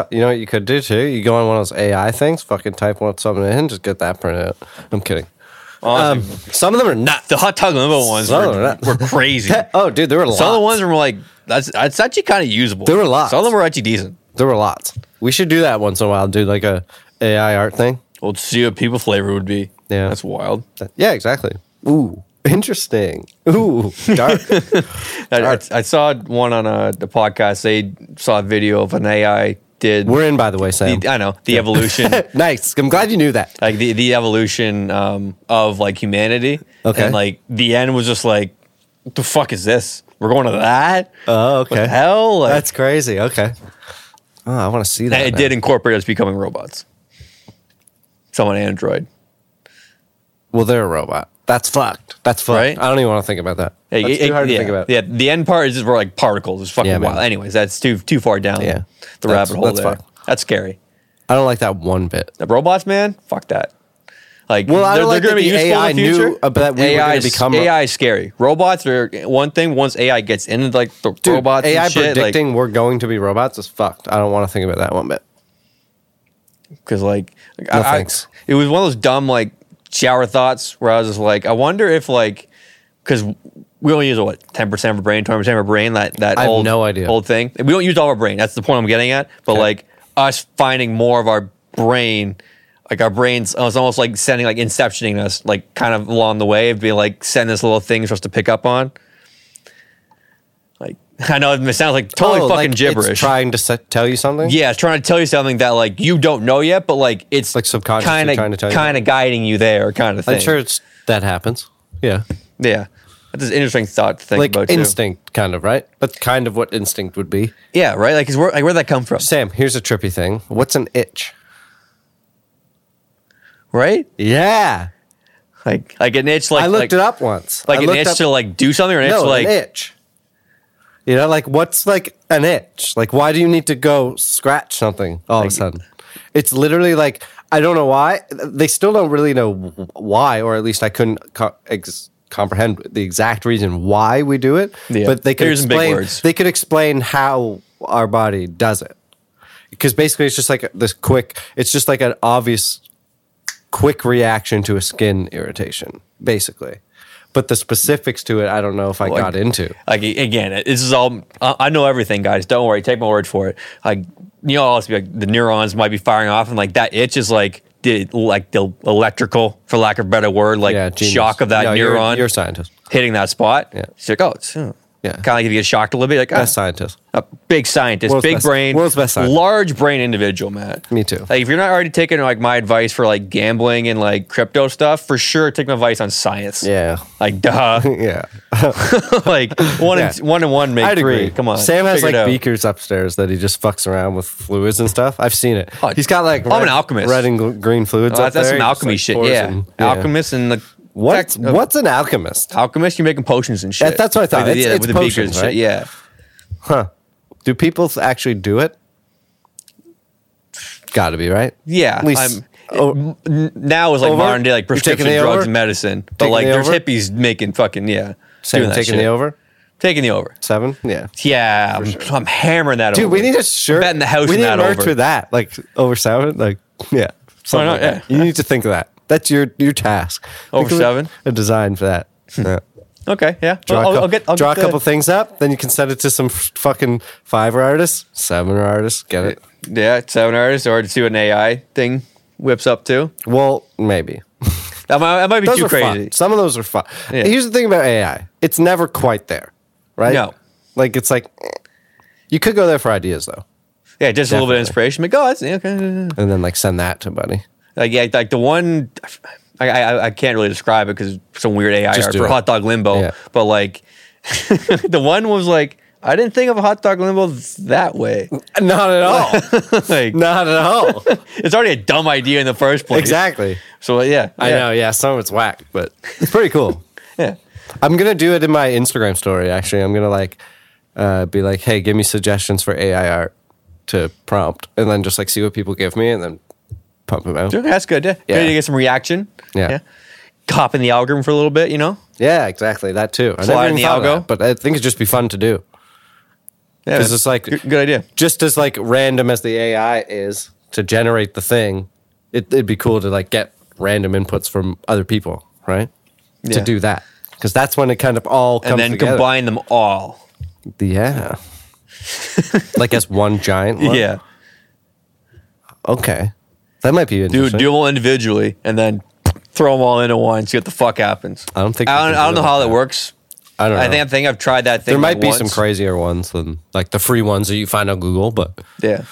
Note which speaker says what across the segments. Speaker 1: out. You know what you could do too? You go on one of those AI things, fucking type one something in, just get that printed out. I'm kidding. Um, some of them are nuts.
Speaker 2: The hot Toglumbo ones
Speaker 1: Some are
Speaker 2: were,
Speaker 1: not-
Speaker 2: were crazy.
Speaker 1: Oh, dude, there were lots.
Speaker 2: Some of the ones were like that's that's actually kind of usable.
Speaker 1: There were lots.
Speaker 2: Some of them were actually decent.
Speaker 1: there were lots. We should do that once in a while, dude. Like a AI art thing.
Speaker 2: Well, to see what people flavor would be.
Speaker 1: Yeah.
Speaker 2: that's wild.
Speaker 1: That- Yeah, exactly. Ooh, interesting. Ooh, dark.
Speaker 2: I, I, I saw one on uh, the podcast. They saw a video of an AI did.
Speaker 1: we're in, by the way, Sam.
Speaker 2: the, I know the evolution,
Speaker 1: Nice. I'm glad you knew that.
Speaker 2: like the the evolution um, of like humanity.
Speaker 1: Okay.
Speaker 2: and like the end was just like, what the fuck is this? We're going to that?
Speaker 1: Oh,
Speaker 2: What the hell? Like,
Speaker 1: That's crazy. Okay. Oh, I want to see that.
Speaker 2: And it
Speaker 1: now.
Speaker 2: did incorporate us becoming robots. Someone Android.
Speaker 1: Well, they're a robot. That's fucked. That's fucked.
Speaker 2: Right?
Speaker 1: I don't even want to think about that.
Speaker 2: Hey,
Speaker 1: That's
Speaker 2: it-
Speaker 1: too hard to
Speaker 2: yeah,
Speaker 1: think about.
Speaker 2: Yeah, the end part is just we're like particles. It's fucking
Speaker 1: Yeah, man.
Speaker 2: wild. Anyways, that's too too far down
Speaker 1: Yeah.
Speaker 2: the
Speaker 1: That's-
Speaker 2: rabbit hole
Speaker 1: that's
Speaker 2: there.
Speaker 1: fucked.
Speaker 2: That's scary.
Speaker 1: I don't like that one bit.
Speaker 2: The robots, man, fuck that. Like,
Speaker 1: Well, I
Speaker 2: they're,
Speaker 1: don't like
Speaker 2: they're
Speaker 1: that
Speaker 2: going to be
Speaker 1: the
Speaker 2: useful
Speaker 1: AI
Speaker 2: in the future.
Speaker 1: knew about we were
Speaker 2: AI,
Speaker 1: gonna
Speaker 2: is-
Speaker 1: become-
Speaker 2: AI is scary. Robots are one thing. Once AI gets into like the
Speaker 1: Dude,
Speaker 2: robots,
Speaker 1: AI
Speaker 2: and shit,
Speaker 1: predicting we're going to be robots is fucked. I don't want to think about that one bit.
Speaker 2: because like,
Speaker 1: No
Speaker 2: I, I-
Speaker 1: thanks.
Speaker 2: it was one of those dumb like shower thoughts where I was just like, I wonder if like because we only use what ten percent of our brain, twenty percent of our brain. That that
Speaker 1: I have
Speaker 2: old
Speaker 1: no idea.
Speaker 2: old thing. We don't use all our brain. That's the point I'm getting at. But
Speaker 1: Okay.
Speaker 2: like us finding more of our brain. Like our brains, uh, it's almost like sending, like inceptioning us, like kind of along the way of being like sending us little things for us to pick up on. Like I know it sounds like totally
Speaker 1: Oh,
Speaker 2: fucking
Speaker 1: like, It's
Speaker 2: gibberish.
Speaker 1: trying to se- tell you something?
Speaker 2: Yeah, it's trying to tell you something that like you don't know yet, but like it's
Speaker 1: Like subconsciously
Speaker 2: kinda,
Speaker 1: trying to tell you.
Speaker 2: kind of guiding you there, kind of thing.
Speaker 1: I'm sure it's, that happens. Yeah.
Speaker 2: Yeah, that's an interesting thought to think
Speaker 1: Like
Speaker 2: about too.
Speaker 1: instinct, kind of, right? That's kind of what instinct would be.
Speaker 2: Yeah, right. Like, is where like where that come from?
Speaker 1: Sam, here's a trippy thing. What's an itch?
Speaker 2: Right?
Speaker 1: Yeah.
Speaker 2: Like like an itch. Like
Speaker 1: I looked
Speaker 2: like,
Speaker 1: it up once.
Speaker 2: Like
Speaker 1: I
Speaker 2: an
Speaker 1: looked
Speaker 2: itch
Speaker 1: up-
Speaker 2: to like do something, or an
Speaker 1: no,
Speaker 2: itch to, like
Speaker 1: an itch. You know, like what's like an itch? Like why do you need to go scratch something all of a sudden? It's literally like I don't know why. They still don't really know wh- why, or at least I couldn't co- ex- comprehend the exact reason why we do it.
Speaker 2: Yeah.
Speaker 1: But they could
Speaker 2: Here's in big
Speaker 1: explain.
Speaker 2: words.
Speaker 1: They could explain how our body does it. Because basically, it's just like this quick. It's just like an obvious quick reaction to a skin irritation, basically. But the specifics to it, I don't know if I
Speaker 2: Like-
Speaker 1: got into.
Speaker 2: Like a- again, it- this is all. I I know everything, guys. Don't worry. Take my word for it. Like you know, also like the neurons might be firing off, and like that itch is like the like the electrical, for lack of a better word, like
Speaker 1: Yeah, genius.
Speaker 2: shock of that
Speaker 1: No, you're-
Speaker 2: neuron
Speaker 1: You're, a scientist.
Speaker 2: hitting that spot.
Speaker 1: Yeah.
Speaker 2: It's like oh, it's, hmm.
Speaker 1: Yeah.
Speaker 2: Kind of like if you get shocked a little bit, like ah,
Speaker 1: Best scientist.
Speaker 2: a big scientist,
Speaker 1: World's
Speaker 2: big
Speaker 1: best-
Speaker 2: brain,
Speaker 1: world's best scientist.
Speaker 2: large brain individual, Matt.
Speaker 1: Me too.
Speaker 2: Like if you're not already taking like my advice for like gambling and like crypto stuff, for sure take my advice on science.
Speaker 1: Yeah.
Speaker 2: Like duh.
Speaker 1: Yeah.
Speaker 2: like one
Speaker 1: Yeah.
Speaker 2: and one and one make
Speaker 1: I'd
Speaker 2: three.
Speaker 1: agree.
Speaker 2: Come on.
Speaker 1: Sam has
Speaker 2: figure it
Speaker 1: like
Speaker 2: out.
Speaker 1: beakers upstairs that he just fucks around with fluids and stuff. I've seen it.
Speaker 2: Oh,
Speaker 1: He's got like
Speaker 2: I'm an alchemist.
Speaker 1: red and gl- green fluids.
Speaker 2: Oh,
Speaker 1: up
Speaker 2: that's that's
Speaker 1: there. He
Speaker 2: some
Speaker 1: just,
Speaker 2: alchemy
Speaker 1: like,
Speaker 2: shit.
Speaker 1: pours
Speaker 2: Yeah.
Speaker 1: in-
Speaker 2: Alchemist and the
Speaker 1: What's
Speaker 2: tech-
Speaker 1: what's an alchemist?
Speaker 2: alchemist, you're making potions and shit.
Speaker 1: That- that's what I thought.
Speaker 2: Like,
Speaker 1: It's-
Speaker 2: yeah,
Speaker 1: it's
Speaker 2: with the beakers
Speaker 1: potions,
Speaker 2: and shit.
Speaker 1: right?
Speaker 2: Yeah.
Speaker 1: Do people actually do it? Got to be right.
Speaker 2: Yeah.
Speaker 1: At least
Speaker 2: I'm-
Speaker 1: oh,
Speaker 2: n- now is like
Speaker 1: Over?
Speaker 2: modern day like
Speaker 1: You're taking
Speaker 2: prescription
Speaker 1: the
Speaker 2: drugs
Speaker 1: over?
Speaker 2: and medicine. But
Speaker 1: Taking
Speaker 2: like
Speaker 1: the
Speaker 2: there's
Speaker 1: over?
Speaker 2: hippies making fucking yeah. doing
Speaker 1: Sam
Speaker 2: that
Speaker 1: taking
Speaker 2: shit.
Speaker 1: the over
Speaker 2: Taking the over.
Speaker 1: seven. Yeah.
Speaker 2: Yeah, I'm, I'm hammering that
Speaker 1: Dude,
Speaker 2: over.
Speaker 1: we need a shirt.
Speaker 2: Betting the house
Speaker 1: We
Speaker 2: and
Speaker 1: need
Speaker 2: that
Speaker 1: merch
Speaker 2: over.
Speaker 1: for that. Like over seven. Like yeah. Something
Speaker 2: not?
Speaker 1: like that.
Speaker 2: Yeah.
Speaker 1: You need to think of that. That's your your task.
Speaker 2: Over
Speaker 1: Think of
Speaker 2: seven?
Speaker 1: A design for that. Yeah.
Speaker 2: Okay, yeah.
Speaker 1: Draw, a,
Speaker 2: Well, I'll,
Speaker 1: couple,
Speaker 2: I'll get. I'll
Speaker 1: draw
Speaker 2: get
Speaker 1: a couple
Speaker 2: the,
Speaker 1: things up, then you can send it to some f- fucking fiver artists, seven artists. Get it?
Speaker 2: Yeah, seven artists, or to see what an AI thing whips up to.
Speaker 1: Well, maybe.
Speaker 2: That might, that might be
Speaker 1: Those
Speaker 2: too
Speaker 1: are
Speaker 2: crazy.
Speaker 1: fun. Some of those are fun.
Speaker 2: Yeah.
Speaker 1: Here's the thing about AI: it's never quite there, right?
Speaker 2: No.
Speaker 1: Like it's like eh. you could go there for ideas though,
Speaker 2: Yeah, just a little bit
Speaker 1: Definitely.
Speaker 2: of inspiration. But God, that's okay.
Speaker 1: and then like send that to buddy.
Speaker 2: Like, yeah, like the one, I, I, I can't really describe it because some weird AI
Speaker 1: Just
Speaker 2: art
Speaker 1: do
Speaker 2: for
Speaker 1: it.
Speaker 2: hot dog limbo.
Speaker 1: Yeah.
Speaker 2: But like, the one was like, I didn't think of a hot dog limbo that way.
Speaker 1: Not at all.
Speaker 2: like,
Speaker 1: Not at all.
Speaker 2: it's already a dumb idea in the first place.
Speaker 1: exactly.
Speaker 2: So yeah,
Speaker 1: I
Speaker 2: yeah,
Speaker 1: know. Yeah, some of it's whack, but it's pretty cool.
Speaker 2: Yeah.
Speaker 1: I'm gonna do it in my Instagram story. Actually, I'm gonna like uh, be like, "Hey, give me suggestions for AI art to prompt," and then just like see what people give me, and then pump them out.
Speaker 2: Okay, that's good. Yeah.
Speaker 1: Yeah.
Speaker 2: Good to get some reaction.
Speaker 1: Yeah.
Speaker 2: Copping the algorithm for a little bit, you know?
Speaker 1: Yeah, exactly. That too. I
Speaker 2: Slide in
Speaker 1: even
Speaker 2: the
Speaker 1: thought of
Speaker 2: algo.
Speaker 1: that, but I think it'd just be fun to do.
Speaker 2: Yeah,
Speaker 1: 'Cause it's like-
Speaker 2: good, good idea.
Speaker 1: just as like random as the AI is to generate the thing, it, it'd be cool to like get random inputs from other people, right? To
Speaker 2: Yeah.
Speaker 1: do that because that's when it kind of all comes
Speaker 2: And then
Speaker 1: together.
Speaker 2: combine them all.
Speaker 1: yeah, like as one giant. One?
Speaker 2: Yeah,
Speaker 1: okay, that might be
Speaker 2: do
Speaker 1: interesting.
Speaker 2: do them all individually, and then throw them all into one. See what the fuck happens.
Speaker 1: I don't think
Speaker 2: I
Speaker 1: we
Speaker 2: don't,
Speaker 1: can
Speaker 2: I don't
Speaker 1: do
Speaker 2: know how that works.
Speaker 1: I don't know.
Speaker 2: I think I think I've tried that thing.
Speaker 1: there might
Speaker 2: like
Speaker 1: be
Speaker 2: once.
Speaker 1: some crazier ones than like the free ones that you find on Google, but
Speaker 2: Yeah.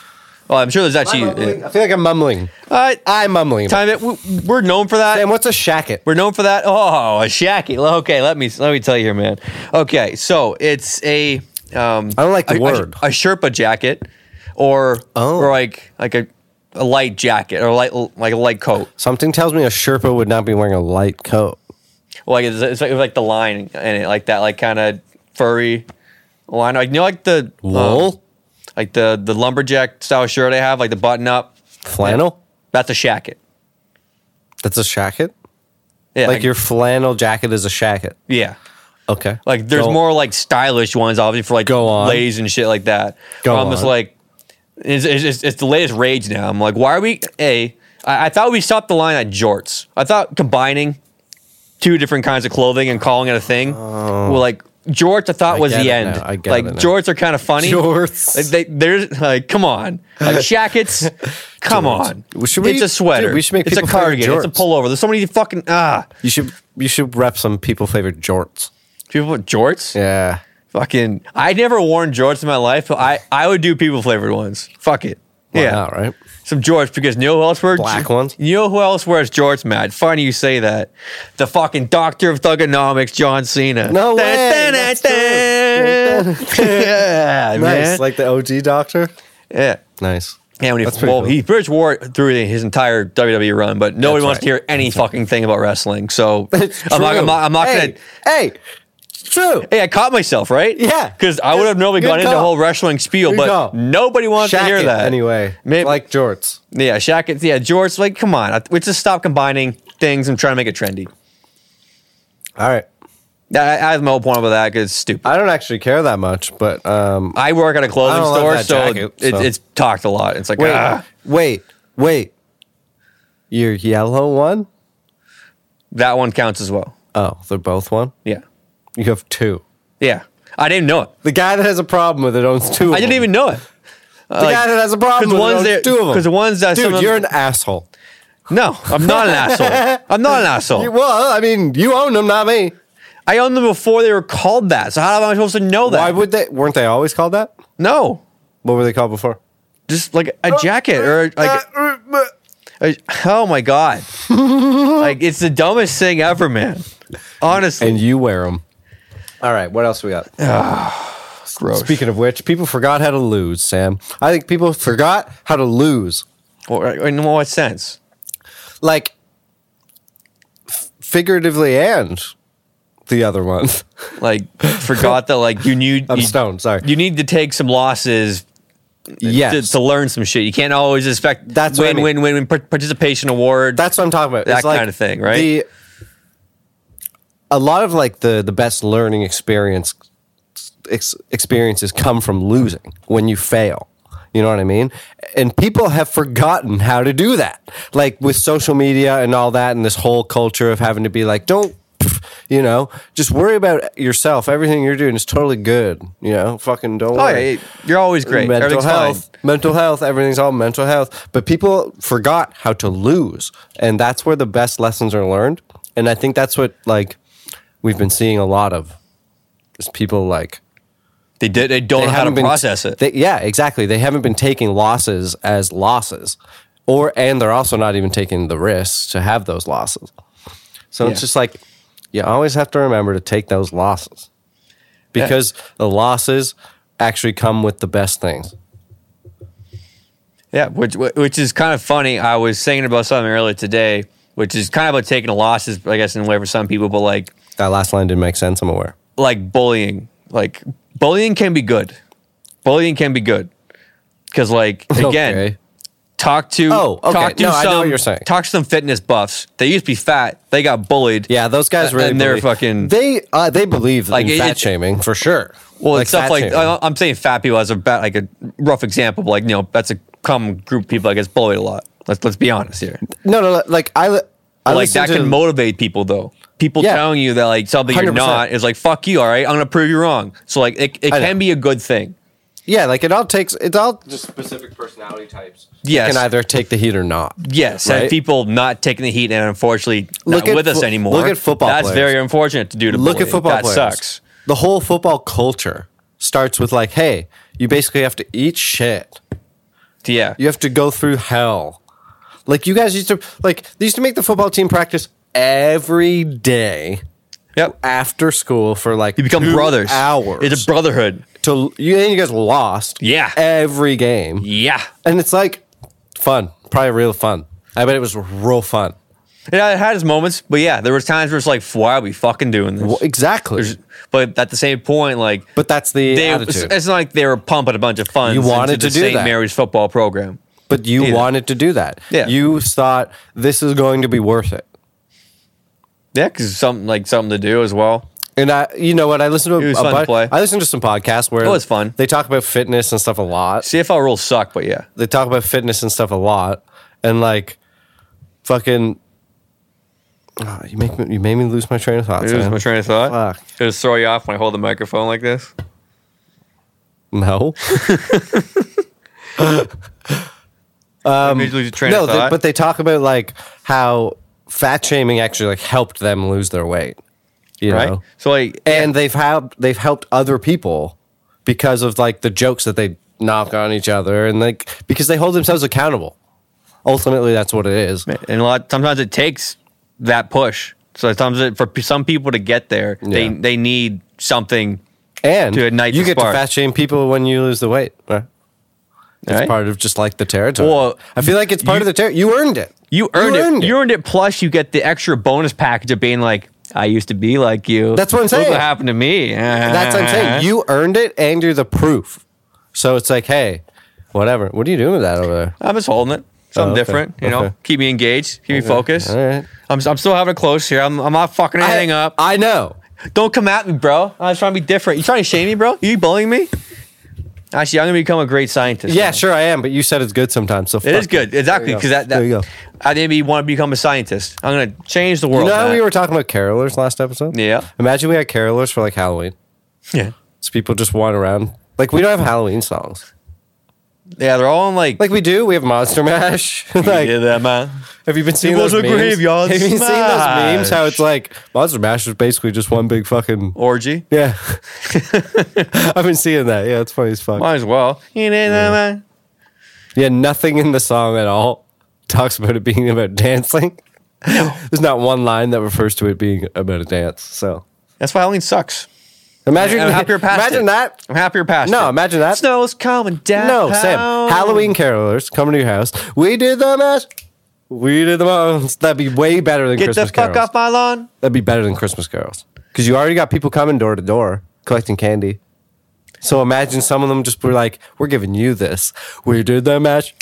Speaker 2: Well, I'm sure there's actually.
Speaker 1: I feel like I'm mumbling.
Speaker 2: All right,
Speaker 1: I'm mumbling.
Speaker 2: time it. we- We're known for that.
Speaker 1: And what's a shacket?
Speaker 2: We're known for that. Oh, a shacky. Okay, let me let me tell you here, man. Okay, so it's a um
Speaker 1: I don't like the
Speaker 2: a, a-
Speaker 1: word.
Speaker 2: A, Sherpa jacket or
Speaker 1: Oh.
Speaker 2: or like like a, a light jacket or light like a light coat.
Speaker 1: Something tells me a Sherpa would not be wearing a light coat.
Speaker 2: Like it's, it's like, like the line in it, like that like kind of furry line. Like you know like the um,
Speaker 1: Wool?
Speaker 2: like the the lumberjack style shirt I have, like the button up.
Speaker 1: Flannel?
Speaker 2: That's a shacket.
Speaker 1: That's a shacket?
Speaker 2: Yeah.
Speaker 1: like your flannel jacket is a shacket.
Speaker 2: Yeah.
Speaker 1: Okay.
Speaker 2: Like there's
Speaker 1: Go-
Speaker 2: more like stylish ones, obviously for like
Speaker 1: Go on.
Speaker 2: ladies and shit like that.
Speaker 1: Go
Speaker 2: I'm just
Speaker 1: on.
Speaker 2: like, it's, it's, it's, it's the latest rage now. I'm like, why are we a? I, I thought we stopped the line at jorts. I thought combining two different kinds of clothing and calling it a thing. Well, like jorts, I thought was
Speaker 1: get
Speaker 2: the
Speaker 1: it
Speaker 2: end.
Speaker 1: now. Oh. I get
Speaker 2: like
Speaker 1: it now.
Speaker 2: jorts are kind of funny.
Speaker 1: Jorts.
Speaker 2: Like, they, there's like, come on, like jackets. come on,
Speaker 1: Should we-
Speaker 2: it's a sweater.
Speaker 1: dude, we should make
Speaker 2: it's a
Speaker 1: people wear
Speaker 2: cardigan. It's a
Speaker 1: jorts.
Speaker 2: pullover. There's so many fucking ah
Speaker 1: You should you should rep some people favorite jorts.
Speaker 2: people with jorts.
Speaker 1: Yeah.
Speaker 2: Fucking, I never worn jorts in my life, but I, I would do people flavored ones. Fuck it.
Speaker 1: Why
Speaker 2: yeah.
Speaker 1: not, right?
Speaker 2: Some jorts because you know who else wears
Speaker 1: Black ones?
Speaker 2: You know who else wears jorts, Matt? Funny you say that. The fucking doctor of thugonomics, John Cena.
Speaker 1: No
Speaker 2: Da-
Speaker 1: way,
Speaker 2: da- da-
Speaker 1: that's
Speaker 2: da. yeah, man.
Speaker 1: Nice. Like the OG doctor.
Speaker 2: yeah.
Speaker 1: Nice.
Speaker 2: Yeah, when he,
Speaker 1: That's pretty
Speaker 2: well,
Speaker 1: cool.
Speaker 2: he British wore it through his entire WWE run, but nobody
Speaker 1: That's
Speaker 2: wants to
Speaker 1: right.
Speaker 2: hear any fucking thing about wrestling. So I'm not, I'm not, I'm not
Speaker 1: hey,
Speaker 2: gonna.
Speaker 1: Hey. It's true.
Speaker 2: Hey, I caught myself, right?
Speaker 1: Yeah.
Speaker 2: Because I would have normally
Speaker 1: Good
Speaker 2: gone into the
Speaker 1: call.
Speaker 2: whole wrestling spiel,
Speaker 1: Good
Speaker 2: but
Speaker 1: call.
Speaker 2: nobody wants to hear
Speaker 1: Shacket,
Speaker 2: that.
Speaker 1: Anyway.
Speaker 2: Maybe-
Speaker 1: Like jorts.
Speaker 2: Yeah, Shack. Yeah, George, like, come on. I- We just stop combining things and trying to make it trendy.
Speaker 1: All right.
Speaker 2: I, I have my whole point about that because it's stupid.
Speaker 1: I don't actually care that much, but um
Speaker 2: I work at a
Speaker 1: I
Speaker 2: clothing
Speaker 1: don't love
Speaker 2: store,
Speaker 1: that
Speaker 2: so,
Speaker 1: jacket,
Speaker 2: it-
Speaker 1: so.
Speaker 2: it's talked a lot. It's like,
Speaker 1: wait,
Speaker 2: ah,
Speaker 1: wait, wait. Your yellow one?
Speaker 2: that one counts as well.
Speaker 1: Oh, they're both one?
Speaker 2: Yeah.
Speaker 1: You have two.
Speaker 2: Yeah. I didn't know it.
Speaker 1: The guy that has a problem with it owns two.
Speaker 2: I didn't even know it.
Speaker 1: The guy that has a problem
Speaker 2: Because
Speaker 1: with
Speaker 2: one's
Speaker 1: it
Speaker 2: there,
Speaker 1: owns two of them.
Speaker 2: because the ones that some
Speaker 1: Dude,
Speaker 2: of-
Speaker 1: you're an asshole.
Speaker 2: no, I'm not an asshole. I'm not an asshole.
Speaker 1: You- well, I mean, you own them, not me.
Speaker 2: I owned them before they were called that. So how am I supposed to know that?
Speaker 1: Why would they? Weren't they always called that?
Speaker 2: no?
Speaker 1: What were they called before? Uh,
Speaker 2: just like a jacket or like a, oh my god like it's the dumbest thing ever man honestly
Speaker 1: and you wear them. All right, what else we got?
Speaker 2: gross
Speaker 1: Speaking of which, people forgot how to lose, Sam. I think people forgot how to lose.
Speaker 2: Or- in what sense
Speaker 1: Like, f- figuratively and the other one.
Speaker 2: like forgot that like you need
Speaker 1: I'm
Speaker 2: you,
Speaker 1: stoned, sorry.
Speaker 2: you need to take some losses
Speaker 1: yes.
Speaker 2: to, to learn some shit you can't always expect
Speaker 1: That's what I
Speaker 2: win,
Speaker 1: mean.
Speaker 2: win win win par- participation award
Speaker 1: That's what I'm talking about.
Speaker 2: That
Speaker 1: It's like
Speaker 2: kind of thing, right?
Speaker 1: The, a lot of like the the best learning experience ex, experiences come from losing when you fail. You know what I mean? And people have forgotten how to do that. Like with social media and all that and this whole culture of having to be like don't you know, just worry about yourself. Everything you're doing is totally good. You know, fucking don't
Speaker 2: oh
Speaker 1: worry
Speaker 2: yeah you're always great
Speaker 1: mental
Speaker 2: Everything's
Speaker 1: health,
Speaker 2: fine.
Speaker 1: mental health, everything's all mental health. But people forgot how to lose, and that's where the best lessons are learned. And I think that's what like we've been seeing a lot of is people like
Speaker 2: they did they don't know how to
Speaker 1: haven't been-
Speaker 2: process it
Speaker 1: they- yeah, exactly. They haven't been taking losses as losses, or and they're also not even taking the risks to have those losses. So
Speaker 2: Yeah.
Speaker 1: it's just like you always have to remember to take those losses because the losses actually come with the best things.
Speaker 2: Yeah, which which is kind of funny. I was thinking about something earlier today, which is kind of about taking losses, I guess, in a way for some people, but like
Speaker 1: That last line didn't make sense. I'm aware.
Speaker 2: like bullying, like bullying can be good. Bullying can be good because, like, again,
Speaker 1: Okay.
Speaker 2: talk to
Speaker 1: Oh, okay.
Speaker 2: talk to
Speaker 1: No, I
Speaker 2: some
Speaker 1: know what you're saying.
Speaker 2: talk to some fitness buffs. They used to be fat. They got bullied.
Speaker 1: yeah, those guys
Speaker 2: A-
Speaker 1: really
Speaker 2: and they're
Speaker 1: believe-
Speaker 2: fucking-
Speaker 1: they uh, they believe
Speaker 2: Like,
Speaker 1: in
Speaker 2: it-
Speaker 1: fat
Speaker 2: it's-
Speaker 1: shaming for sure.
Speaker 2: Well,
Speaker 1: Like
Speaker 2: it's stuff
Speaker 1: fat
Speaker 2: like uh,
Speaker 1: shaming.
Speaker 2: I, I'm saying fat people as a ba- like a rough example, but like you know that's a common group of people that gets bullied a lot. Let's let's be honest here.
Speaker 1: No, no, like I, li- I
Speaker 2: like
Speaker 1: listen
Speaker 2: that
Speaker 1: to,
Speaker 2: can motivate people though. People
Speaker 1: Yeah.
Speaker 2: telling you that like something you are
Speaker 1: 100%.
Speaker 2: not is like fuck you. All right, I'm gonna prove you wrong. So like it, it
Speaker 1: I know.
Speaker 2: can be a good thing.
Speaker 1: yeah, like it all takes it's all just specific personality types.
Speaker 2: Yes.
Speaker 1: can either take the heat or not.
Speaker 2: Yes,
Speaker 1: Right?
Speaker 2: and people not taking the heat and unfortunately
Speaker 1: Look
Speaker 2: not
Speaker 1: at
Speaker 2: with us
Speaker 1: fo-
Speaker 2: anymore.
Speaker 1: look at football
Speaker 2: That's
Speaker 1: players.
Speaker 2: very unfortunate to do to
Speaker 1: Look at
Speaker 2: bullying.
Speaker 1: football
Speaker 2: That
Speaker 1: players.
Speaker 2: sucks.
Speaker 1: The whole football culture starts with like, hey, you basically have to eat shit.
Speaker 2: Yeah,
Speaker 1: You have to go through hell. Like you guys used to like they used to make the football team practice every day
Speaker 2: yep.
Speaker 1: after school for like
Speaker 2: You become
Speaker 1: two
Speaker 2: brothers.
Speaker 1: Hours
Speaker 2: It's a brotherhood.
Speaker 1: to you and you guys lost.
Speaker 2: Yeah.
Speaker 1: every game.
Speaker 2: Yeah,
Speaker 1: And it's like fun, probably real fun. I bet it was real fun.
Speaker 2: yeah. It had its moments, but yeah, there was times where it's like, why are we fucking doing this?
Speaker 1: Well, exactly.
Speaker 2: But at the same point, like
Speaker 1: But that's the
Speaker 2: they, it's,
Speaker 1: attitude.
Speaker 2: it's not like they were pumping a bunch of funds.
Speaker 1: You wanted
Speaker 2: into the
Speaker 1: to do
Speaker 2: St.
Speaker 1: that.
Speaker 2: Mary's football program.
Speaker 1: but you
Speaker 2: either.
Speaker 1: wanted to do that.
Speaker 2: Yeah.
Speaker 1: You thought this is going to be worth it.
Speaker 2: Yeah, because something like something to do as well.
Speaker 1: And I, you know what? I listen to
Speaker 2: It
Speaker 1: a,
Speaker 2: was fun to
Speaker 1: bu-
Speaker 2: play.
Speaker 1: I listen to some podcasts where
Speaker 2: It was fun.
Speaker 1: They talk about fitness and stuff a lot.
Speaker 2: CFL rules suck, but yeah,
Speaker 1: They talk about fitness and stuff a lot, and like, fucking, Ah, you make me, you made me lose my train of thought.
Speaker 2: it was
Speaker 1: man.
Speaker 2: my train of thought.
Speaker 1: Fuck.
Speaker 2: It was throw you off when I hold the microphone like this.
Speaker 1: no,
Speaker 2: Um, lose your train
Speaker 1: no,
Speaker 2: of
Speaker 1: they-
Speaker 2: thought.
Speaker 1: but they talk about like how fat shaming actually like helped them lose their weight. You
Speaker 2: right.
Speaker 1: know,
Speaker 2: So like,
Speaker 1: and they've had they've helped other people because of like the jokes that they knock on each other and like because they hold themselves accountable ultimately that's what it is
Speaker 2: and a lot sometimes it takes that push. So sometimes it, for p- some people to get there, they
Speaker 1: Yeah.
Speaker 2: they need something.
Speaker 1: and
Speaker 2: To ignite
Speaker 1: you
Speaker 2: the
Speaker 1: get
Speaker 2: spark.
Speaker 1: to fat shame people when you lose the weight right? it's
Speaker 2: right?
Speaker 1: part of just like the territory
Speaker 2: Well,
Speaker 1: i feel like it's part
Speaker 2: you-
Speaker 1: of the territory you earned it
Speaker 2: You earned, it. You earned it. Plus, you get the extra bonus package of being like, I used to be like you.
Speaker 1: That's what I'm
Speaker 2: Look
Speaker 1: saying.
Speaker 2: what happened to me.
Speaker 1: that's what i'm
Speaker 2: Uh-huh.
Speaker 1: saying you earned it and you're the proof so it's like hey whatever what are you doing with that over there
Speaker 2: I'm just holding it. Something
Speaker 1: Oh, okay.
Speaker 2: different, you know.
Speaker 1: Okay.
Speaker 2: Keep me engaged. Keep me focused.
Speaker 1: All right.
Speaker 2: I'm, I'm still having it close here. I'm, I'm not fucking anything
Speaker 1: I,
Speaker 2: up.
Speaker 1: i know
Speaker 2: Don't come at me, bro. I was trying to be different. You trying to shame me, bro? You bullying me? Actually, I'm gonna become a great scientist.
Speaker 1: yeah
Speaker 2: now.
Speaker 1: sure i am but you said it's good sometimes so
Speaker 2: It is good, exactly.
Speaker 1: go.
Speaker 2: Because that, that
Speaker 1: There you go.
Speaker 2: I didn't be- want to become a scientist. I'm gonna change the world.
Speaker 1: You know how
Speaker 2: Matt.
Speaker 1: we were talking about carolers last episode?
Speaker 2: Yeah.
Speaker 1: Imagine we had carolers for like Halloween.
Speaker 2: yeah,
Speaker 1: So people just wander around. Like we don't have Halloween songs.
Speaker 2: yeah. They're all in like,
Speaker 1: Like we do. We have Monster Mash. like,
Speaker 2: yeah, that man.
Speaker 1: have you been seeing
Speaker 2: It
Speaker 1: those
Speaker 2: was a
Speaker 1: memes?
Speaker 2: graveyard
Speaker 1: have you seen
Speaker 2: smash.
Speaker 1: those memes? How it's like Monster Mash is basically just one big fucking.
Speaker 2: Orgy.
Speaker 1: Yeah. I've been seeing that. Yeah, it's funny as fuck.
Speaker 2: Might as well. You know that man.
Speaker 1: Yeah, nothing in the song at all talks about it being about dancing. There's not one line that refers to it being about a dance. So
Speaker 2: That's why Halloween sucks.
Speaker 1: imagine,
Speaker 2: I'm happier past
Speaker 1: imagine
Speaker 2: it.
Speaker 1: that.
Speaker 2: I'm happier past
Speaker 1: No,
Speaker 2: it.
Speaker 1: imagine that.
Speaker 2: Snow's coming down.
Speaker 1: No, Sam. Halloween carolers coming to your house. We did the mash. We did the most. That'd be way better than
Speaker 2: Get
Speaker 1: Christmas
Speaker 2: the fuck
Speaker 1: carols.
Speaker 2: off my lawn.
Speaker 1: That'd be better than Christmas carols because you already got people coming door to door collecting candy. So imagine some of them just were like, "We're giving you this. We did the mash.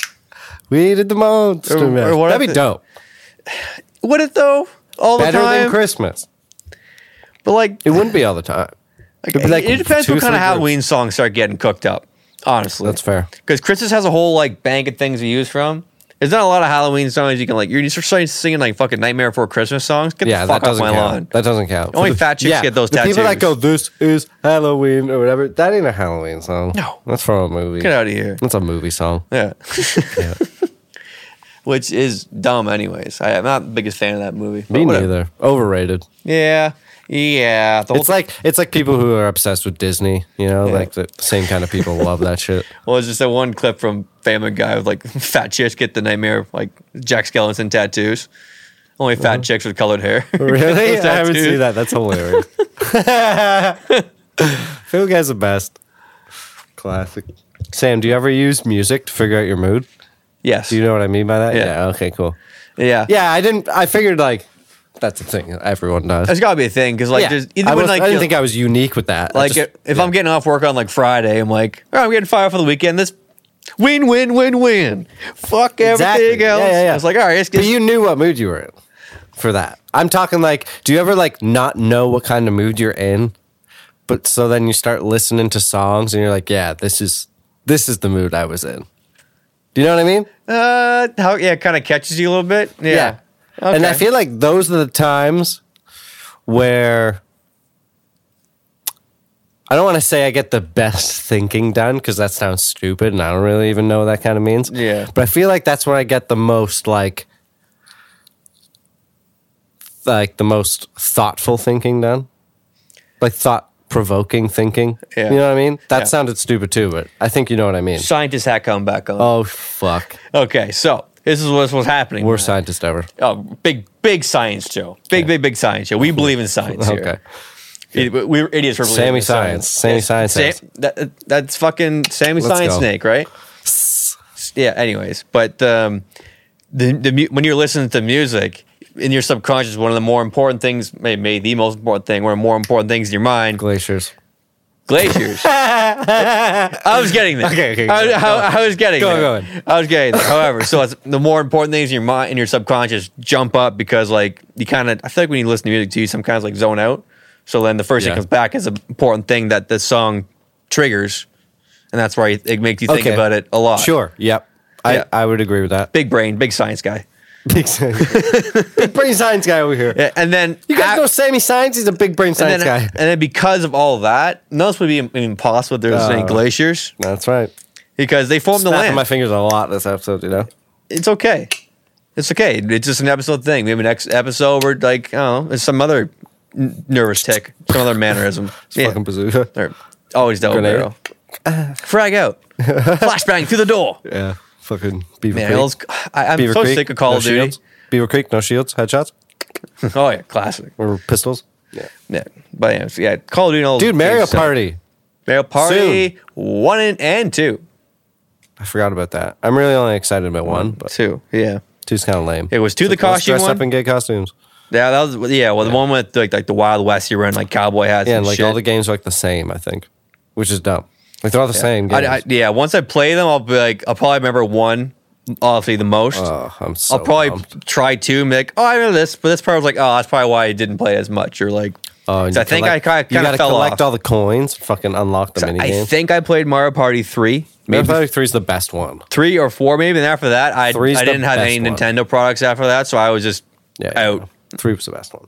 Speaker 1: We did the monster
Speaker 2: Or- or
Speaker 1: mash.
Speaker 2: what
Speaker 1: That'd
Speaker 2: if
Speaker 1: be
Speaker 2: it-
Speaker 1: dope.
Speaker 2: What it though? All the
Speaker 1: Better than
Speaker 2: time.
Speaker 1: Christmas.
Speaker 2: but like,
Speaker 1: It wouldn't be all the time.
Speaker 2: like,
Speaker 1: it'd be
Speaker 2: it,
Speaker 1: like
Speaker 2: depends
Speaker 1: two,
Speaker 2: what kind
Speaker 1: three
Speaker 2: of Halloween
Speaker 1: groups.
Speaker 2: songs start getting cooked up. Honestly,
Speaker 1: That's fair.
Speaker 2: Because Christmas has a whole like bank of things to use from. There's not a lot of Halloween songs you can like. You're just starting singing like fucking Nightmare Before Christmas songs. Get
Speaker 1: Yeah,
Speaker 2: the fuck
Speaker 1: that
Speaker 2: off
Speaker 1: doesn't
Speaker 2: my
Speaker 1: count.
Speaker 2: lawn.
Speaker 1: That doesn't count.
Speaker 2: Only
Speaker 1: For the-
Speaker 2: fat chicks get those
Speaker 1: the People that go,
Speaker 2: tattoos.
Speaker 1: "This is Halloween" or whatever. That ain't a Halloween song.
Speaker 2: No.
Speaker 1: that's from a movie.
Speaker 2: Get out of here.
Speaker 1: That's a movie song.
Speaker 2: Yeah. Which is dumb, anyways. I, am not the biggest fan of that movie. but
Speaker 1: Me
Speaker 2: whatever.
Speaker 1: neither. Overrated.
Speaker 2: Yeah. Yeah. The whole
Speaker 1: It's like it's like people who are obsessed with Disney. You know, like the same kind of people love that shit.
Speaker 2: Well, it's just that one clip from Family Guy with like fat chicks get the nightmare of like Jack Skellington tattoos. Only fat chicks with colored hair.
Speaker 1: Uh-huh. Really,
Speaker 2: Those
Speaker 1: I haven't
Speaker 2: tattoos.
Speaker 1: seen that. That's hilarious. Who guys the best? Classic. Sam, do you ever use music to figure out your mood?
Speaker 2: Yes.
Speaker 1: Do you know what I mean by that?
Speaker 2: Yeah.
Speaker 1: okay. Cool.
Speaker 2: yeah.
Speaker 1: Yeah. I didn't. I figured like that's a thing everyone does.
Speaker 2: There's got to be a thing because like
Speaker 1: yeah.
Speaker 2: there's either
Speaker 1: I,
Speaker 2: when,
Speaker 1: was,
Speaker 2: like
Speaker 1: I
Speaker 2: you-
Speaker 1: didn't think I was unique with that. I
Speaker 2: like
Speaker 1: just-
Speaker 2: if if I'm getting off work on like Friday, I'm like, all right, I'm getting fired for the weekend. This win, win, win, win. Fuck everything
Speaker 1: Exactly.
Speaker 2: else.
Speaker 1: Yeah, yeah, yeah.
Speaker 2: It's like all right, it's
Speaker 1: But
Speaker 2: good.
Speaker 1: you knew what mood you were in for that. I'm talking like, do you ever like not know what kind of mood you're in, But so then you start listening to songs and you're like, yeah, this is this is the mood I was in. Do you know what I mean?
Speaker 2: Uh, how, yeah, kind of catches you a little bit. Yeah.
Speaker 1: And I
Speaker 2: Okay.
Speaker 1: feel like those are the times where I don't want to say I get the best thinking done because that sounds stupid and I don't really even know what that kind of means.
Speaker 2: Yeah.
Speaker 1: But I feel like that's where I get the most like like the most thoughtful thinking done. Like thought provoking thinking.
Speaker 2: Yeah.
Speaker 1: You know what I mean? That
Speaker 2: Yeah.
Speaker 1: sounded stupid too, but I think you know what I mean.
Speaker 2: Scientist hat come back on.
Speaker 1: Oh fuck.
Speaker 2: Okay, so this is what's what's happening.
Speaker 1: Worst scientist ever.
Speaker 2: oh, big big science show. Big big big science show. We believe in science here.
Speaker 1: Okay.
Speaker 2: It- we- we're idiots for believing
Speaker 1: Sammy
Speaker 2: in
Speaker 1: science.
Speaker 2: science.
Speaker 1: Sammy science has.
Speaker 2: that, that's fucking Sammy
Speaker 1: Let's
Speaker 2: Science
Speaker 1: go.
Speaker 2: Snake, right? Yeah. Anyways, but um, the the mu- when you're listening to music in your subconscious, one of the more important things, maybe, maybe the most important thing, one of the more important things in your mind,
Speaker 1: Glaciers.
Speaker 2: glaciers. I was getting there.
Speaker 1: Okay, okay,
Speaker 2: I,
Speaker 1: go.
Speaker 2: I, I was getting
Speaker 1: Go,
Speaker 2: there.
Speaker 1: go on.
Speaker 2: I was getting there. However, so it's, the more important things in your mind, in your subconscious, jump up because like you kind of. I feel like when you listen to music too, you sometimes like zone out. So then the first
Speaker 1: Yeah.
Speaker 2: thing comes back is an important thing that the song triggers, and that's why it makes you think
Speaker 1: Okay.
Speaker 2: about it a lot.
Speaker 1: Sure. Yep. I,
Speaker 2: Yeah.
Speaker 1: I would agree with that.
Speaker 2: Big brain, big science guy.
Speaker 1: Big, big brain science guy over here.
Speaker 2: Yeah, and then
Speaker 1: You guys
Speaker 2: a-
Speaker 1: know Sammy Science? He's a big brain
Speaker 2: and
Speaker 1: science
Speaker 2: then,
Speaker 1: guy.
Speaker 2: and then because of all that, none of this would be im- impossible if there was any
Speaker 1: Oh.
Speaker 2: glaciers
Speaker 1: That's right.
Speaker 2: because they formed the
Speaker 1: Snapping
Speaker 2: land.
Speaker 1: my fingers a lot this episode, you know?
Speaker 2: it's okay. It's okay. It's just an episode thing. We have an ex- episode where, like, oh, it's some other n- nervous tick, some other mannerism.
Speaker 1: It's
Speaker 2: yeah.
Speaker 1: fucking bazooka.
Speaker 2: They're always double
Speaker 1: Grenade.
Speaker 2: barrel. Frag out. Flashbang through the door.
Speaker 1: Yeah. Fucking Beaver
Speaker 2: Man,
Speaker 1: Creek.
Speaker 2: I was- I, am
Speaker 1: Beaver
Speaker 2: so
Speaker 1: Creek.
Speaker 2: sick of Call
Speaker 1: no
Speaker 2: of Duty.
Speaker 1: Shields. Beaver Creek, no shields, headshots,
Speaker 2: Oh, yeah, classic.
Speaker 1: or pistols. Yeah.
Speaker 2: Yeah. But yeah, so yeah Call of Duty and all
Speaker 1: Dude,
Speaker 2: those
Speaker 1: Mario
Speaker 2: things, so-
Speaker 1: Party.
Speaker 2: Mario Party, one and, and two.
Speaker 1: I forgot about that. I'm really only excited about one, but
Speaker 2: Two, yeah.
Speaker 1: two's kind of lame.
Speaker 2: It was two the
Speaker 1: Like, let's
Speaker 2: costume
Speaker 1: dress
Speaker 2: one.
Speaker 1: up in gay costumes.
Speaker 2: Yeah, that was yeah. Well, the one with like like the Wild West, you were in like cowboy hats.
Speaker 1: Yeah,
Speaker 2: and
Speaker 1: and like
Speaker 2: shit.
Speaker 1: all the games are like the same, I think, which is dumb. Like they're all the same. Games.
Speaker 2: I, I, yeah, once I play them, I'll be like, I'll probably remember one, obviously the most.
Speaker 1: oh, I'm so
Speaker 2: I'll probably
Speaker 1: pumped.
Speaker 2: try two and be like, oh, I remember this, but this part was like, oh, that's probably why I didn't play as much. Or like,
Speaker 1: Oh, and
Speaker 2: 'cause I
Speaker 1: you
Speaker 2: think
Speaker 1: collect-
Speaker 2: I
Speaker 1: you
Speaker 2: kind of
Speaker 1: gotta
Speaker 2: fell
Speaker 1: collect
Speaker 2: off.
Speaker 1: all the coins, fucking unlock the minigame.
Speaker 2: I
Speaker 1: game.
Speaker 2: think I played Mario Party three,
Speaker 1: Mario
Speaker 2: maybe
Speaker 1: Party Three is the best one.
Speaker 2: three or four, maybe. And after that, I
Speaker 1: Three's
Speaker 2: I
Speaker 1: the
Speaker 2: didn't have any
Speaker 1: best one.
Speaker 2: Nintendo products after that, so I was just
Speaker 1: Yeah,
Speaker 2: out.
Speaker 1: yeah. Three was the best one.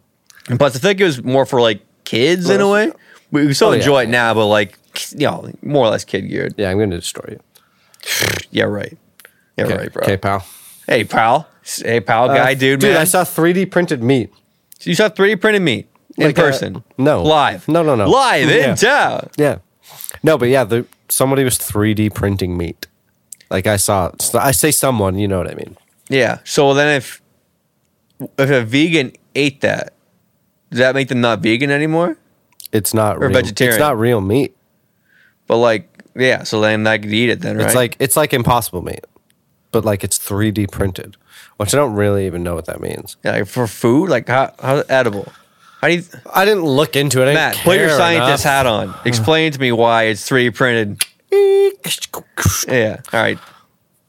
Speaker 2: And plus, I think it was more for like kids in a way. We we still
Speaker 1: Oh, yeah,
Speaker 2: enjoy it
Speaker 1: yeah.
Speaker 2: now, but like, you know, more or less kid geared. Yeah,
Speaker 1: Yeah, I'm gonna destroy you.
Speaker 2: right. Yeah, right, bro.
Speaker 1: Okay, pal.
Speaker 2: Hey, pal. Hey, pal, guy, dude,
Speaker 1: Uh, dude,
Speaker 2: man.
Speaker 1: I saw 3D printed meat.
Speaker 2: You saw 3D printed meat in
Speaker 1: Like, uh,
Speaker 2: person.
Speaker 1: no.
Speaker 2: Live.
Speaker 1: No, no, no.
Speaker 2: Live
Speaker 1: Yeah.
Speaker 2: in town.
Speaker 1: Yeah, no, but yeah, the, somebody was 3D printing meat. Like I saw, so I say someone, you know what I mean?
Speaker 2: Yeah. So then if if a vegan ate that, does that make them not vegan anymore?
Speaker 1: It's not real,
Speaker 2: vegetarian.
Speaker 1: It's not real meat.
Speaker 2: But like, yeah, so then I could eat it then, right?
Speaker 1: It's like it's like impossible meat, but like it's 3D printed, which I don't really even know what that means.
Speaker 2: Yeah, like for food, like how how's it edible? How do you
Speaker 1: I didn't look into it. I didn't
Speaker 2: Matt, put your
Speaker 1: care
Speaker 2: scientist
Speaker 1: enough.
Speaker 2: hat on. Explain to me why it's 3D printed. Yeah. All right.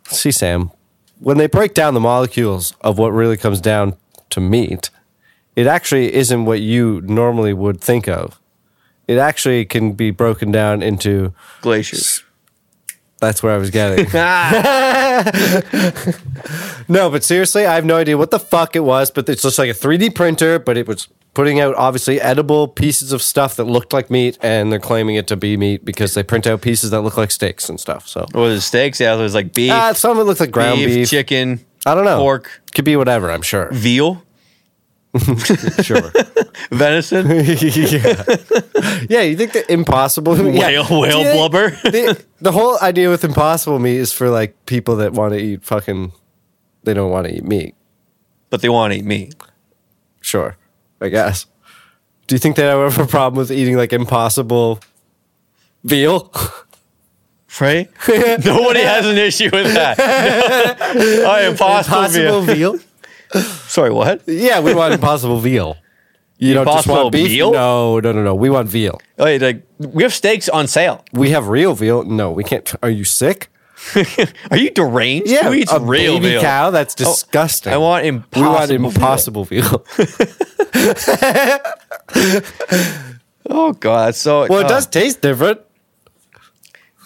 Speaker 1: See, Sam, when they break down the molecules of what really comes down to meat, it actually isn't what you normally would think of. It actually can be broken down into
Speaker 2: Glaciers.
Speaker 1: that's where I was getting.
Speaker 2: Ah,
Speaker 1: no, but seriously, I have no idea what the fuck it was, but it's just like a 3D printer, but it was putting out obviously edible pieces of stuff that looked like meat, and they're claiming it to be meat because they print out pieces that look like steaks and stuff. So
Speaker 2: what was it, steaks? Yeah, it was like beef,
Speaker 1: Ah, some of it looks like ground
Speaker 2: beef,
Speaker 1: beef.
Speaker 2: chicken.
Speaker 1: I don't know.
Speaker 2: Pork,
Speaker 1: Could be whatever, I'm sure.
Speaker 2: veal,
Speaker 1: Sure.
Speaker 2: venison.
Speaker 1: yeah. yeah, you think the impossible yeah.
Speaker 2: Whale- whale
Speaker 1: Do you-
Speaker 2: blubber.
Speaker 1: the, the whole idea with impossible meat is for like people that want to eat fucking they don't want to eat meat.
Speaker 2: but they want to eat meat.
Speaker 1: Sure. I guess. Do you think they ever have a problem with eating like impossible veal?
Speaker 2: Right? Nobody has an issue with that. No. I impossible.
Speaker 1: Impossible
Speaker 2: Veal.
Speaker 1: veal?
Speaker 2: Sorry, what?
Speaker 1: yeah, we want impossible veal. You don't just
Speaker 2: Impossible
Speaker 1: want beef?
Speaker 2: veal?
Speaker 1: No, no, no, no. We want veal.
Speaker 2: Wait, Oh, like we have steaks on sale.
Speaker 1: We have real veal. No, we can't. Are you sick?
Speaker 2: Are you deranged? Who eats
Speaker 1: a
Speaker 2: real
Speaker 1: baby
Speaker 2: veal? Oh,
Speaker 1: cow. That's disgusting.
Speaker 2: I want
Speaker 1: We want
Speaker 2: impossible.
Speaker 1: impossible veal.
Speaker 2: Oh god, that's so
Speaker 1: Well, it
Speaker 2: oh,
Speaker 1: does taste different.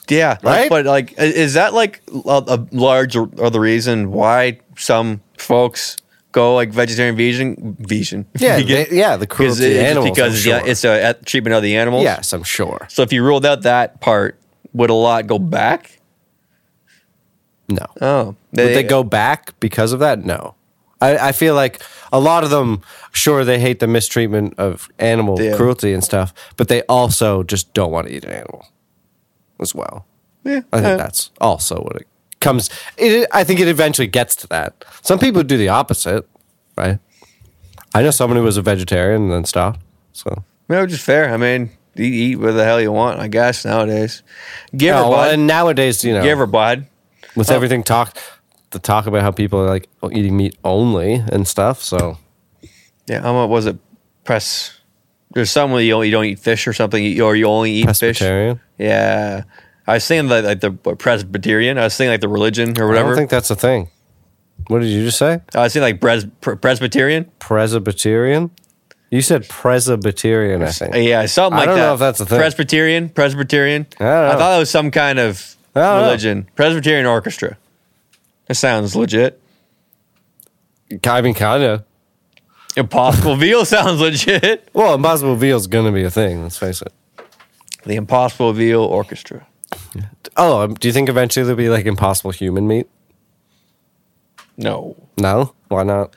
Speaker 2: Yeah,
Speaker 1: right?
Speaker 2: But like, i- is that like a, a large or, or the reason why some folks go like vegetarian, vegan, vegan?
Speaker 1: Yeah,
Speaker 2: vegan?
Speaker 1: they- yeah, the
Speaker 2: because
Speaker 1: cruelty
Speaker 2: it,
Speaker 1: to
Speaker 2: it's
Speaker 1: animals. I'm
Speaker 2: because it's the-
Speaker 1: sure.
Speaker 2: it's a at- treatment of the animals.
Speaker 1: yes, I'm sure.
Speaker 2: So if you ruled out that part, would a lot go back?
Speaker 1: No.
Speaker 2: Oh,
Speaker 1: Would they go back because of that? No. I, I feel like a lot of them, sure, they hate the mistreatment of animal
Speaker 2: Yeah.
Speaker 1: cruelty and stuff, but they also just don't want to eat an animal as well.
Speaker 2: Yeah,
Speaker 1: I think
Speaker 2: uh,
Speaker 1: that's also what it comes. It, I think it eventually gets to that. Some people do the opposite, right? I know someone who was a vegetarian and then stopped. So,
Speaker 2: no, just fair. I mean, you eat what the hell you want, I guess nowadays. Give
Speaker 1: Yeah,
Speaker 2: her,
Speaker 1: Oh, well,
Speaker 2: bud.
Speaker 1: and nowadays, you know,
Speaker 2: Give her, bud.
Speaker 1: with everything talked, the talk about how people are like eating meat only and stuff. So,
Speaker 2: Yeah, how much was it? Press. There's some where you don't, you don't eat fish or something, you- or you only eat fish.
Speaker 1: pescatarian.
Speaker 2: Yeah, I was thinking like, like the Presbyterian. I was thinking like the religion or
Speaker 1: I
Speaker 2: whatever. I,
Speaker 1: don't think that's a thing. What did you just say?
Speaker 2: was thinking like Pres- Pre- Presbyterian.
Speaker 1: Presbyterian? You said Presbyterian, I think.
Speaker 2: Uh, Yeah,
Speaker 1: I
Speaker 2: something like that.
Speaker 1: don't know if that's a thing.
Speaker 2: Presbyterian, Presbyterian.
Speaker 1: I don't know.
Speaker 2: thought it was some kind of
Speaker 1: I don't know.
Speaker 2: religion. Presbyterian orchestra. That sounds legit.
Speaker 1: I mean, kind of.
Speaker 2: Impossible veal sounds legit.
Speaker 1: Well, Impossible Veal is going to be a thing, let's face it.
Speaker 2: The Impossible Veal Orchestra.
Speaker 1: Oh, um, do you think eventually there'll be like Impossible Human Meat?
Speaker 2: No,
Speaker 1: No? Why not?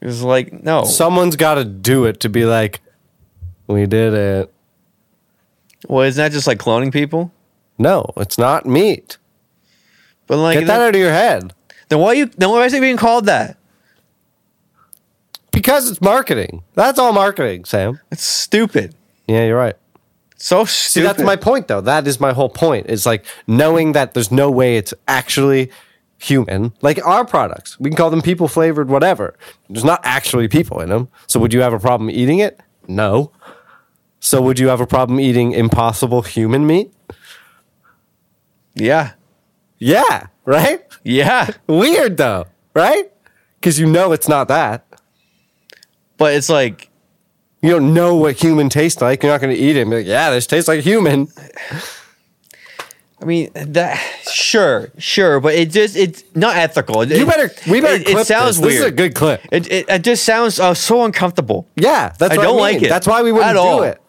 Speaker 2: it was like no.
Speaker 1: Someone's got to do it to be like, we did it.
Speaker 2: well, isn't that just like cloning people?
Speaker 1: No, it's not meat.
Speaker 2: But like
Speaker 1: Get that out of your head.
Speaker 2: then why you then why is it being called that?
Speaker 1: Because it's marketing. That's all marketing, Sam.
Speaker 2: It's stupid.
Speaker 1: Yeah, you're right.
Speaker 2: So
Speaker 1: See,
Speaker 2: stupid.
Speaker 1: that's my point, though. That is my whole point. It's like knowing that there's no way it's actually human. Like our products, we can call them people flavored, whatever. There's not actually people in them. So would you have a problem eating it? No. So would you have a problem eating impossible human meat?
Speaker 2: yeah.
Speaker 1: Yeah, right?
Speaker 2: Yeah.
Speaker 1: Weird, though, right? Because you know it's not that.
Speaker 2: But it's like
Speaker 1: You don't know what human tastes like. You're not going to eat it and be like, yeah, this tastes like human.
Speaker 2: I mean that sure, sure, but it just it's not ethical. It,
Speaker 1: You better, we better
Speaker 2: it,
Speaker 1: clip
Speaker 2: it sounds
Speaker 1: this.
Speaker 2: weird.
Speaker 1: This is a good clip.
Speaker 2: it, it, it just sounds uh, so uncomfortable.
Speaker 1: Yeah, that's
Speaker 2: I
Speaker 1: what
Speaker 2: don't
Speaker 1: I mean.
Speaker 2: like it
Speaker 1: That's why we
Speaker 2: at
Speaker 1: wouldn't
Speaker 2: all.
Speaker 1: do it.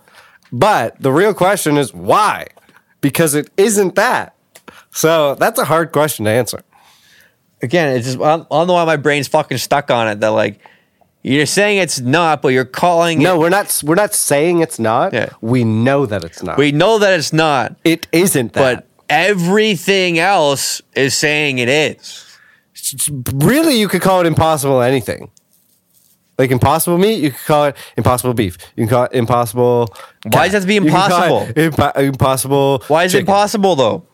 Speaker 1: But the real question is why? Because it isn't that. So that's a hard question to answer.
Speaker 2: Again, it's just I don't I don't know why my brain's fucking stuck on it. That like you're saying it's not, but you're calling
Speaker 1: No,
Speaker 2: it.
Speaker 1: we're not. We're not saying it's not.
Speaker 2: Yeah.
Speaker 1: We know that it's not.
Speaker 2: We know that it's not,
Speaker 1: it isn't that.
Speaker 2: but everything else is saying it is.
Speaker 1: But really, you could call it impossible anything. Like impossible meat, you could call it impossible beef. You can call it impossible.
Speaker 2: Why does it have to be
Speaker 1: You can call it impo- impossible.
Speaker 2: Why is it
Speaker 1: chicken.
Speaker 2: possible though?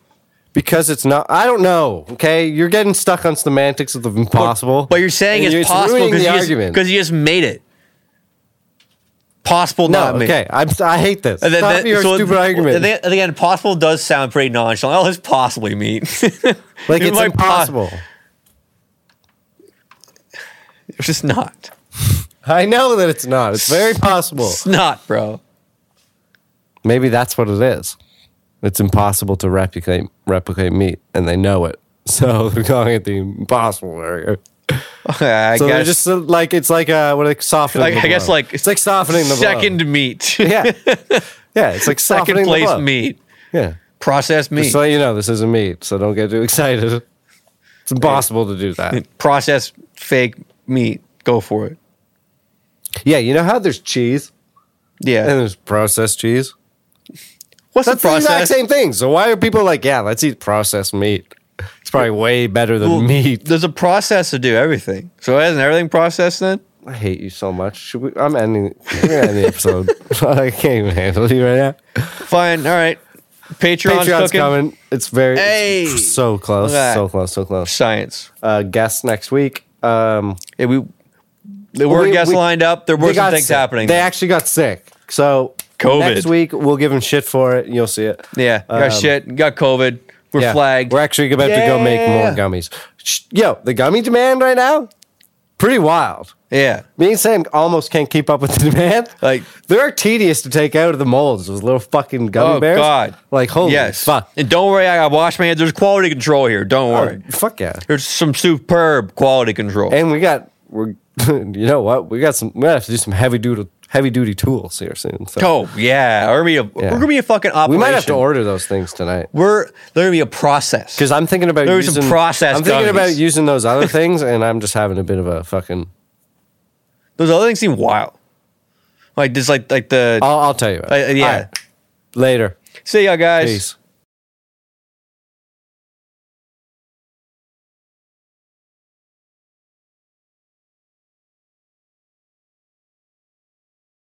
Speaker 1: Because it's not. I don't know. Okay, you're getting stuck on semantics of the impossible.
Speaker 2: But you're saying
Speaker 1: And
Speaker 2: it's, possible
Speaker 1: ruining
Speaker 2: because
Speaker 1: the
Speaker 2: you,
Speaker 1: argument.
Speaker 2: just- 'cause you just made it possible.
Speaker 1: no,
Speaker 2: not made.
Speaker 1: okay. I'm. I hate this.
Speaker 2: And then-
Speaker 1: Stop
Speaker 2: then-
Speaker 1: your
Speaker 2: so
Speaker 1: stupid argument.
Speaker 2: and then- and again, possible does sound pretty nonchalant. Oh, it's possibly meat.
Speaker 1: like
Speaker 2: It
Speaker 1: it's
Speaker 2: might pos-
Speaker 1: impossible.
Speaker 2: it's just not.
Speaker 1: I know that it's not. It's very possible.
Speaker 2: It's not, bro.
Speaker 1: Maybe that's what it is. It's impossible to replicate replicate meat, and they know it. So they're calling it the impossible burger.
Speaker 2: I
Speaker 1: So they're
Speaker 2: guess
Speaker 1: just uh, like it's like uh what like softening.
Speaker 2: Like,
Speaker 1: the
Speaker 2: I guess
Speaker 1: blow.
Speaker 2: like
Speaker 1: it's like softening the blow.
Speaker 2: second meat,
Speaker 1: Yeah, yeah. It's like softening the
Speaker 2: second place
Speaker 1: blow.
Speaker 2: meat,
Speaker 1: Yeah.
Speaker 2: processed meat,
Speaker 1: Just so you know, this isn't meat, so don't get too excited. It's impossible to do that.
Speaker 2: processed fake meat. Go for it.
Speaker 1: Yeah, you know how there's cheese and
Speaker 2: Yeah.
Speaker 1: there's processed cheese?
Speaker 2: What's
Speaker 1: That's
Speaker 2: the
Speaker 1: the exact
Speaker 2: process?
Speaker 1: same thing. So why are people like, yeah, let's eat processed meat? It's probably way better than
Speaker 2: Well,
Speaker 1: meat.
Speaker 2: There's a process to do everything. So isn't everything processed then?
Speaker 1: I hate you so much. Should we, I'm ending, we're gonna end the episode. I can't even handle you right now.
Speaker 2: Fine. All right. Patreon's,
Speaker 1: Patreon's
Speaker 2: cooking.
Speaker 1: coming. It's very it's
Speaker 2: Hey!
Speaker 1: so close,
Speaker 2: Look at that.
Speaker 1: so close, so close.
Speaker 2: Science.
Speaker 1: Uh, guests next week. Um,
Speaker 2: Yeah, we there were
Speaker 1: We-
Speaker 2: guests
Speaker 1: we-
Speaker 2: lined up. There were
Speaker 1: they
Speaker 2: some
Speaker 1: got
Speaker 2: things
Speaker 1: sick.
Speaker 2: happening.
Speaker 1: They actually got sick. So
Speaker 2: COVID.
Speaker 1: next week we'll give them shit for it. You'll see it.
Speaker 2: yeah, got
Speaker 1: Um,
Speaker 2: shit. Got COVID. We're
Speaker 1: Yeah.
Speaker 2: flagged.
Speaker 1: We're actually about to go make more
Speaker 2: Yeah.
Speaker 1: gummies. Sh- Yo, the gummy demand right now, pretty wild.
Speaker 2: Yeah.
Speaker 1: Me and Sam almost can't keep up with the demand.
Speaker 2: Like-
Speaker 1: they're tedious to take out of the molds. Those little fucking gummy
Speaker 2: Oh,
Speaker 1: bears.
Speaker 2: God.
Speaker 1: Like holy
Speaker 2: yes.
Speaker 1: fuck.
Speaker 2: And don't worry, I I wash my hands. There's quality control here. Don't
Speaker 1: Oh,
Speaker 2: worry.
Speaker 1: fuck yeah.
Speaker 2: There's some superb quality control.
Speaker 1: And we got we're you know what? We got some we have to do some heavy duty heavy duty tools here soon. So
Speaker 2: oh yeah. We're gonna be a, we're gonna be a fucking operation.
Speaker 1: we might have to order those things tonight.
Speaker 2: We're there's gonna be a process.
Speaker 1: Because I'm thinking about
Speaker 2: There's some
Speaker 1: using
Speaker 2: processed
Speaker 1: I'm thinking
Speaker 2: gummies.
Speaker 1: about using those other things, and I'm just having a bit of a fucking.
Speaker 2: Those other things seem wild. Like just like like the
Speaker 1: I'll, I'll tell you. About
Speaker 2: uh,
Speaker 1: it.
Speaker 2: yeah.
Speaker 1: All right. later.
Speaker 2: See y'all guys.
Speaker 1: Peace.